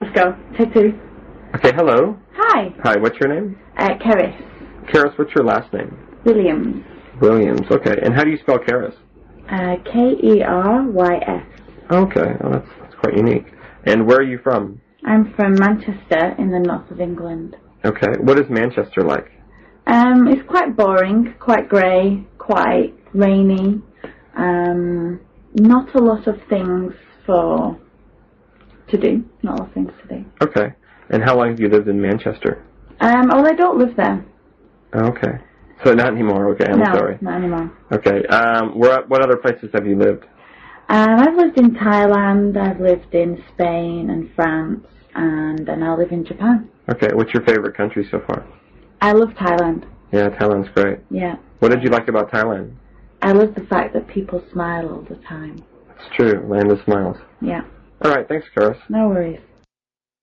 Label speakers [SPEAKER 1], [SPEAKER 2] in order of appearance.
[SPEAKER 1] Let's go. Take two.
[SPEAKER 2] Okay, hello.
[SPEAKER 1] Hi.
[SPEAKER 2] Hi, what's your name?
[SPEAKER 1] Uh, Keris.
[SPEAKER 2] Karis, what's your last name?
[SPEAKER 1] Williams.
[SPEAKER 2] Williams. Okay, and how do you spell Karis?
[SPEAKER 1] Uh, K-E-R-Y-S.
[SPEAKER 2] Okay, well, that's, that's quite unique. And where are you from?
[SPEAKER 1] I'm from Manchester in the north of England.
[SPEAKER 2] Okay, what is Manchester like?
[SPEAKER 1] Um, it's quite boring, quite grey, quite rainy. Um, not a lot of things for to do. Not a lot of things to do.
[SPEAKER 2] Okay, and how long have you lived in Manchester?
[SPEAKER 1] Um, well, I don't live there.
[SPEAKER 2] Okay, so not anymore. Okay, I'm
[SPEAKER 1] no,
[SPEAKER 2] sorry.
[SPEAKER 1] not anymore.
[SPEAKER 2] Okay, um, where what other places have you lived?
[SPEAKER 1] Um, I've lived in Thailand. I've lived in Spain and France, and then I live in Japan.
[SPEAKER 2] Okay, what's your favorite country so far?
[SPEAKER 1] I love Thailand.
[SPEAKER 2] Yeah, Thailand's great.
[SPEAKER 1] Yeah,
[SPEAKER 2] What did you like about Thailand?
[SPEAKER 1] I love the fact that people smile all the time.
[SPEAKER 2] It's true, land of smiles.
[SPEAKER 1] Yeah,
[SPEAKER 2] All right, thanks, Karis.
[SPEAKER 1] no worries.